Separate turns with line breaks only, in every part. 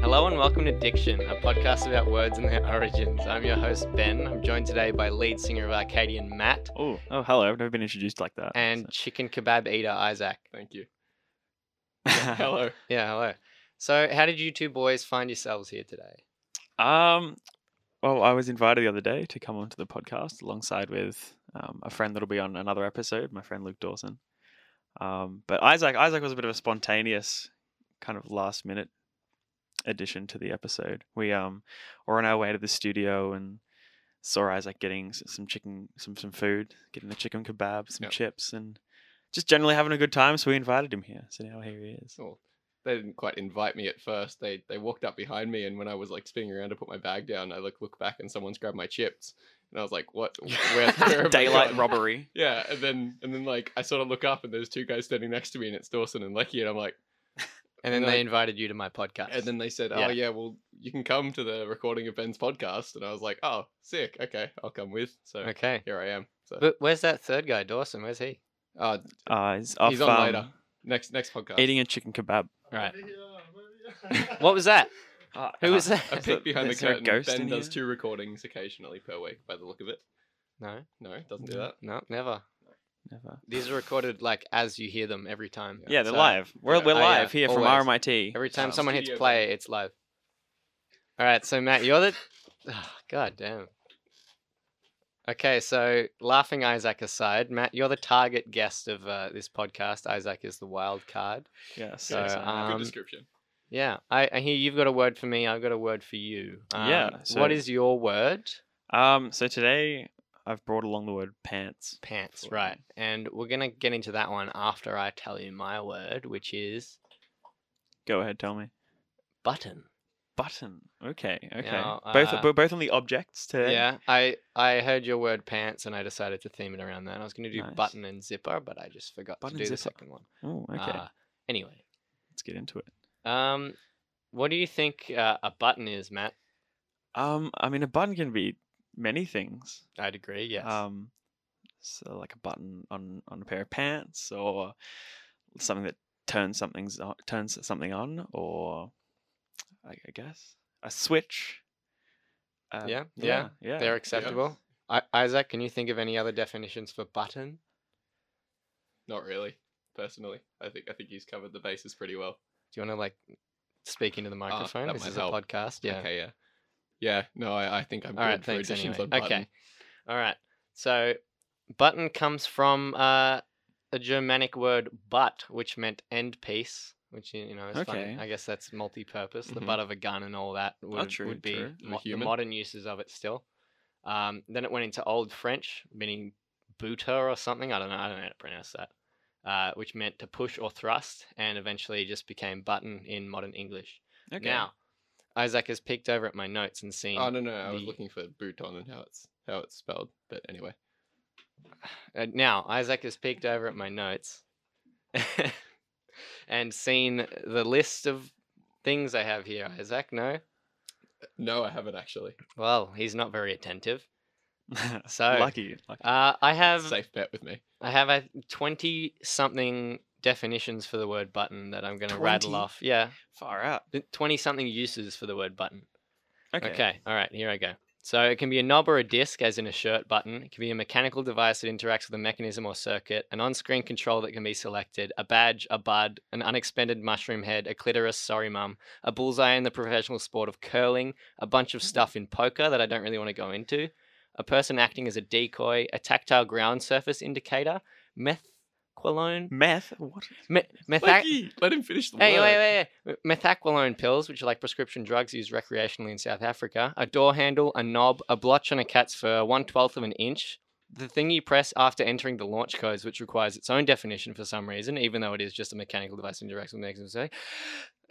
Hello and welcome to Diction, a podcast about words and their origins. I'm your host, Ben. I'm joined today by lead singer of Arcadian, Matt,
Oh, oh, hello. I've never been introduced like that.
and
so-
chicken kebab eater, Isaac. Thank you.
hello.
Yeah, hello. So, how did you two boys find yourselves here today?
Um, well, I was invited the other day to come onto the podcast alongside with um, a friend that'll be on another episode, my friend Luke Dawson. Um, but Isaac, Isaac was a bit of a spontaneous kind of last minute addition to the episode. We um were on our way to the studio and saw Isaac getting s- some chicken, some some food, getting the chicken kebab, some
Yep.
chips, and just generally having a good time. So we invited him here. So now here he is.
Well, they didn't quite invite me at first. They they walked up behind me, and when I was like spinning around to put my bag down, I look look back and someone's grabbed my chips, and I was like, "What? Where? where have I
Daylight
gone?"
robbery.
Yeah, and then and then like I sort of look up, and there's two guys standing next to me, and it's Dawson and Lecky, and I'm like,
And then
No.
they invited you to my podcast.
and then they said,
Yeah.
"Oh yeah, well you can come to the recording of Ben's podcast," and I was like, "Oh, sick. Okay, I'll come with." So
okay.
here I am. So
But where's that third guy, Dawson? Where's he?
uh,
Uh, he's off,
he's on later.
um,
next next podcast.
Eating a chicken kebab.
Right. What was that? Uh,
Uh,
Who was that?
a
Is there-
peek behind the
is there a
curtain.
ghost
ben
in
does
here?
two recordings occasionally per week, by the look of it.
No,
No, doesn't do
No.
that.
no, never.
Never.
These are recorded like as you hear them every time.
Yeah, they're
So,
live. We're,
yeah.
we're
Oh, yeah,
live here from
always.
RMIT.
Every time
Um,
someone hits
studio
play, it's live. All right, so Matt, you're the. Ah, God damn. Okay, so laughing Isaac aside, Matt, you're the target guest of uh, this podcast. Isaac is the wild card.
Yeah,
So,
so,
um,
Good description.
Yeah, I, I hear you've got a word for me. I've got a word for you.
Yeah,
Um,
so-
What is your word?
um, so today I've brought along the word pants.
Pants,
Cool.
right? And we're gonna get into that one after I tell you my word, which is
Go ahead, tell me.
button.
Button. Okay, okay.
Now,
both
uh,
bo- both on the objects today.
Yeah, I I heard your word pants, and I decided to theme it around that. I was going to do
Nice.
button and zipper, but I just forgot
Button
to do the
zipper.
second one.
Oh, okay.
Uh, anyway,
Let's get into it.
um, what do you think uh, a button is, Matt?
Um, I mean, a button can be many things.
I'd agree. Yes.
Um, so like a button on on a pair of pants, or something that turns something's on, turns something on, or I, I guess a switch. Uh,
Yeah, yeah,
yeah.
They're acceptable. I- Isaac, can you think of any other definitions for button?
Not really, personally. I think I think he's covered the bases pretty well.
Do you want to like speak into the
Uh,
microphone?
that
this
might
is a
help.
podcast. Yeah.
Okay, yeah. Yeah, no, I, I think I'm
All
good
right.
for
Thanks.
additions
Anyway.
on button.
Okay. All right. So, button comes from uh, a Germanic word "butt," which meant end piece. Which you you know is funny.
Okay.
I guess that's multi-purpose. The
Mhm.
butt of a gun and all that would,
true,
would be
true.
Of a
mo- the
human.
modern uses of it still. Um, then it went into Old French, meaning booter or something. I don't know. I don't know how to pronounce that. Uh, which meant to push or thrust, and eventually just became button in modern English.
Okay.
Now, Isaac has peeked over at my notes and seen.
Oh no no, I was
the-
looking for bouton and how it's how it's spelled. But anyway.
Uh, now Isaac has peeked over at my notes and seen the list of things I have here. Isaac, no,
No, I haven't actually.
well, he's not very attentive. So
lucky, lucky.
uh, I have
Safe bet with me.
I have a twenty something definitions for the word button that I'm going to rattle
20?
off. Yeah,
far out.
twenty something uses for the word button.
Okay.
Okay. all right, here I go. So it can be a knob or a disc, as in a shirt button. It can be a mechanical device that interacts with a mechanism or circuit, an on screen control that can be selected, a badge, a bud, an unexpended mushroom head, a clitoris, sorry mum, a bullseye in the professional sport of curling, a bunch of stuff in poker that I don't really want to go into, a person acting as a decoy, a tactile ground surface indicator, methqualone,
Meth. What?
me- methac-
Lecky, let him finish the
Hey,
word.
wait, wait, wait. Methaqualone pills, which are like prescription drugs used recreationally in South Africa, a door handle, a knob, a blotch on a cat's fur, one twelfth of an inch, the thing you press after entering the launch codes, which requires its own definition for some reason, even though it is just a mechanical device interacts with mechanism. say,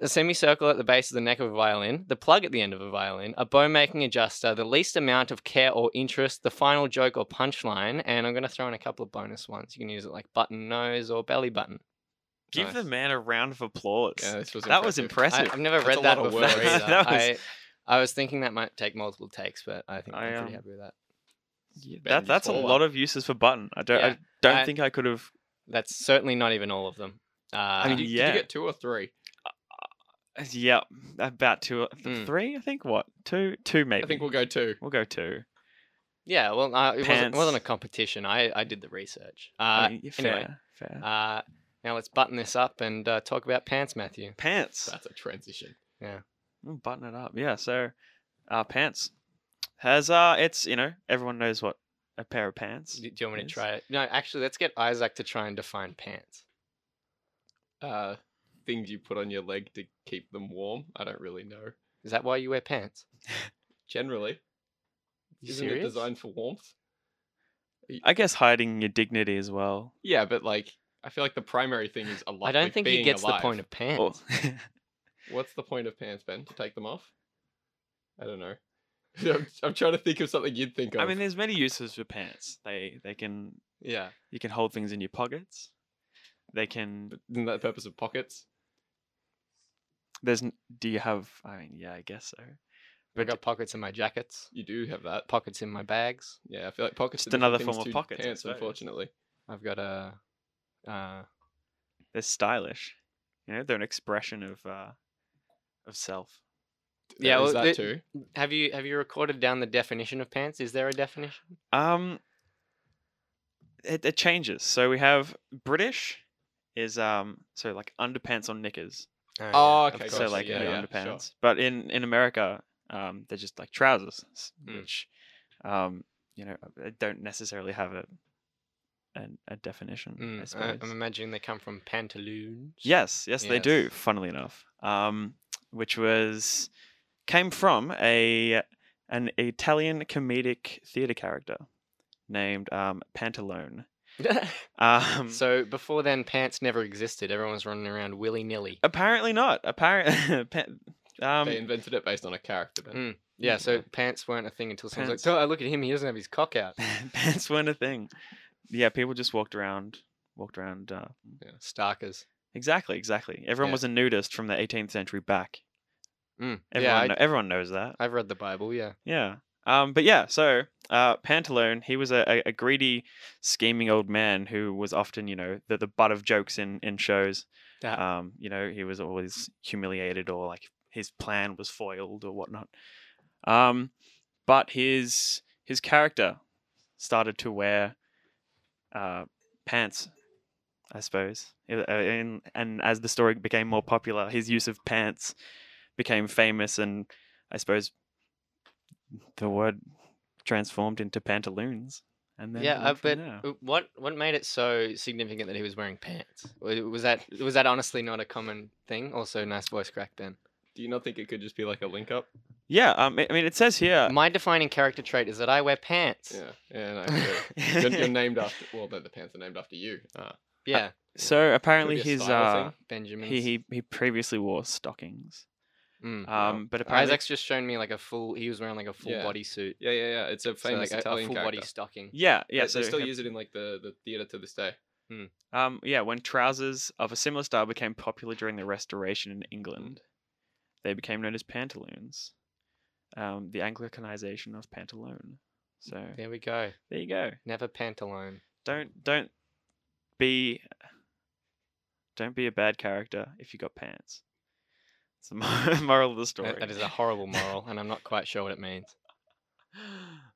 A semicircle at the base of the neck of a violin, the plug at the end of a violin, a bow making adjuster, the least amount of care or interest, the final joke or punchline, and I'm going to throw in a couple of bonus ones. You can use it like button nose or belly button.
Give the
Nice.
man a round of applause.
Yeah, this was
that was
I,
impressive.
have never
That's
read
a
that
lot of
before
words.
either.
That was-
I, I was thinking that might take multiple takes, but I think I,
I,
am
um,
pretty happy with that.
Yeah, that,
Bend
that's a
forward.
lot of uses for button. I don't.
Yeah,
I don't
I-
think I could have.
That's certainly not even all of them. Uh,
mean,
Did you,
yeah.
did you get two or three?
Yep, uh, about two, th-
Mm.
three, I think. What two? Two maybe.
I think we'll go two.
we'll go two.
Yeah, well, uh, it, wasn't,
Pants.
it wasn't a competition. I, I did the research. Uh,
I mean, yeah,
anyway.
fair, fair.
uh, now let's button this up and uh, talk about pants, Matthew.
pants.
That's a transition.
Ooh, Button it up. Yeah. So, uh, pants has uh, it's you know everyone knows what a pair of pants.
Do do you want me to
Yes.
try it? No, actually, let's get Isaac to try and define pants.
Uh, things you put on your leg to keep them warm. I don't really know.
Is that why you wear pants?
Generally,
You
isn't
serious?
it designed for warmth?
I guess hiding your dignity as well.
Yeah, but like, I feel like the primary thing is alive.
I don't think he gets the point of pants.
Or-
What's the point of pants, Ben? To take them off? I don't know. I'm, I'm trying to think of something you'd think of.
I mean, there's many uses for pants. They they can
yeah.
you can hold things in your pockets. They can.
But isn't that the purpose of pockets?
There's. n- Do you have? I mean, yeah, I guess so.
I got pockets in my jackets,
You do have that.
pockets in my bags.
Yeah, I feel like pockets.
Just
are different
another
things
form of
to
pockets, I
Pants,
suppose.
unfortunately.
I've got a. Uh,
They're stylish. You know, they're an expression of uh, of self.
Yeah,
There is
well,
that
the-
too.
have you have you recorded down the definition of pants? Is there a definition?
Um, it, it changes. So we have British is um so like underpants on knickers.
yeah,
Oh,
of
okay,
course.
so
gotcha,
like
yeah,
uh,
yeah, sure.
underpants. But in in America, um, they're just like trousers, s-
Mm.
which, um, you know, uh, don't necessarily have a an, a definition. I
Mm, I,
suppose.
am imagining they come from pantaloons.
Yes, yes, they do.
Yes.
Funnily enough, um, which was came from a an Italian comedic theater character named um, Pantalone. Um,
so before then, pants never existed. Everyone was running around willy nilly.
apparently not. Apparently, um,
they invented it based on a character. Ben.
Mm. Yeah,
Mm,
so
yeah.
pants weren't a thing until someone's
Pants.
like, "Oh, look at him! He doesn't have his cock out."
pants weren't a thing. Yeah, people just walked around, walked around. Uh,
Starkers.
exactly, exactly. Everyone
Yeah.
was a nudist from the 18th century back.
Mm.
Everyone,
yeah, I,
kno- everyone knows that.
I've read the Bible. Yeah.
Yeah. Um, but yeah, so uh, Pantalone, he was a, a- a greedy, scheming old man who was often, you know, the, the butt of jokes in, in shows.
Yeah.
Um, you know, he was always humiliated or like his plan was foiled or whatnot. Um, but his his character started to wear uh, pants, I suppose. I- I- And, and as the story became more popular, his use of pants became famous and I suppose the word transformed into pantaloons. And then
yeah,
it went
uh, but
from there.
uh, what what made it so significant that he was wearing pants? Wa- Was that was that honestly not a common thing? Also, nice voice crack, Ben.
Do you not think it could just be like a link up?
yeah, um, I I mean, it says here.
My defining character trait is that I wear pants.
Yeah, yeah, no, I do. you're, you're named after. Well, no, the pants are named after you. Ah.
Yeah,
so apparently
be a
his
style
uh,
thing.
Benjamin.
he, he he previously wore stockings.
Mm.
Wow.
Um, but apparently
Isaac's just shown me like a full. He was wearing like a full
uh, Yeah.
body suit.
Yeah, yeah, yeah. It's a
So, like,
famous
a- a,
Italian
full
character.
body stocking.
yeah,
They-
yeah.
they
So
still
yeah,
use it in like the the theater to this day.
um, yeah, when trousers of a similar style became popular during the Restoration in England, they became known as pantaloons. Um, the Anglicanization of pantalone. So
There we go.
there you go.
Never pantalone.
don't don't be don't be a bad character if you got pants. It's the mor- moral of the story.
That- that is a horrible moral, and I'm not quite sure what it means.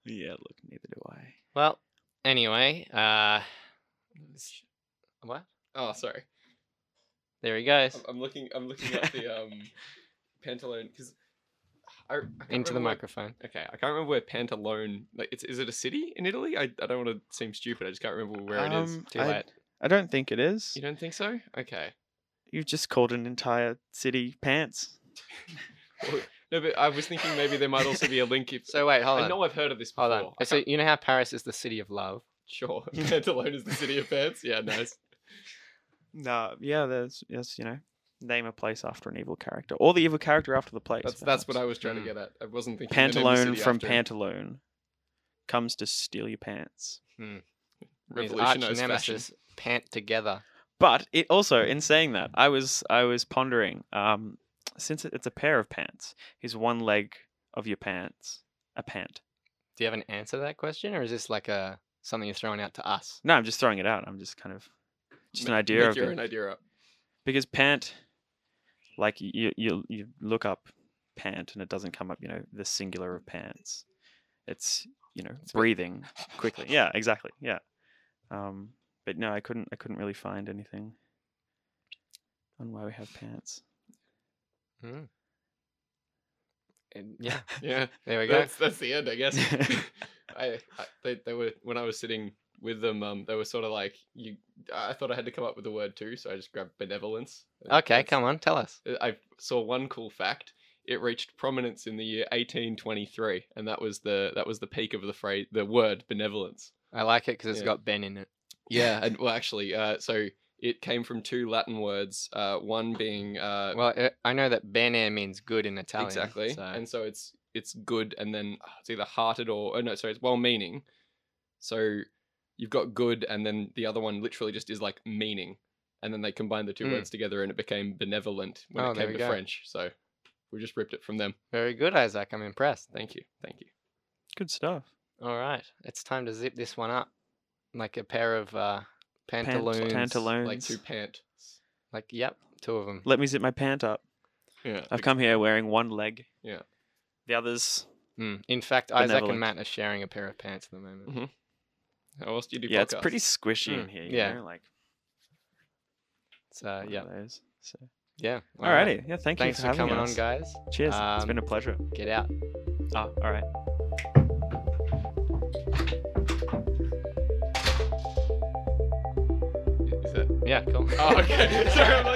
yeah. Look, neither do I.
Well, anyway, uh, what?
Oh, sorry.
There he goes.
I'm, I'm looking. I'm looking at the um, pantalone because I, I can't
Into the
remember where-
microphone.
Okay, I can't remember where Pantalone. Like, it's is it a city in Italy? I, I don't want to seem stupid. I just can't remember where it is.
Um,
Too
I,
late.
I don't think it is.
You don't think so? Okay.
You've just called an entire city pants.
Well, no, but I was thinking maybe there might also be a link. If
So wait, hold
I
on.
know I've heard of this before.
Hold on.
I
So
can't-
you know how Paris is the city of love?
sure, Pantalone is the city of pants. Yeah, nice.
No, yeah, there's yes, you know, name a place after an evil character, or the evil character after the place.
That's that's what I
perhaps.
was trying to
Mm.
get at. I wasn't thinking. they named the
Pantalone
city
from
after
Pantalone comes to steal your pants.
His arch
revolutionized fashion.
nemesis pant together.
But it also, in saying that, I was I was pondering, um, since it- it's a pair of pants, is one leg of your pants a pant?
Do you have an answer to that question, or is this like a something you're throwing out to us?
No, I'm just throwing it out. I'm just kind of just an
Ma-
idea
make
of
your
it
own idea up.
because pant, like you you you look up pant and it doesn't come up you know the singular of pants it's you know
It's been-
breathing quickly yeah exactly yeah um but no i couldn't i couldn't really find anything on why we have pants
Mm. And yeah,
Yeah.
there we go.
That's that's the end, I guess. I, I they, they were when I was sitting with them, um, they were sort of like you. I thought I had to come up with a word too, so I just grabbed benevolence. and
Okay,
that's-
come on, tell us.
uh, I saw one cool fact. It reached prominence in the year 1823, and that was the that was the peak of the phrase, the word benevolence.
I like it because it's
Yeah.
got Ben in it.
Yeah, and well, actually, uh, so it came from two Latin words. Uh, one being uh,
Well, uh, I know that bene means good in Italian.
exactly,
so-
and so it's it's good, and then uh, it's either hearted or oh no, sorry, it's well-meaning. So you've got good, and then the other one literally just is like meaning, and then they combined the two
Mm.
words together, and it became benevolent when
Oh,
it
there
came
we
to
go.
French. So we just ripped it from them.
very good, Isaac. I'm impressed.
Thank you, thank you.
good stuff
All right, it's time to zip this one up, like a pair of uh,
Pant-
pantaloons.
pantaloons
like two pant.
Like, yep, two of them.
let me zip my pant up
Yeah.
i've come here wearing one leg
Yeah.
the others
Mm. In fact, Isaac and
Benevolent.
Matt are sharing a pair of pants at the moment.
Mhm. How else do you do?
yeah it's pretty
podcasts?
squishy in
Mm,
here you
yeah.
know, like
So
one of
yeah,
those, so
yeah. all right.
alrighty yeah thank
Thanks for,
you for, having
coming
us.
on, guys.
cheers it's been
Um, ah,
a pleasure
Get out.
oh all right
Is that-
Yeah, cool.
Oh, okay. Sorry, I'm like-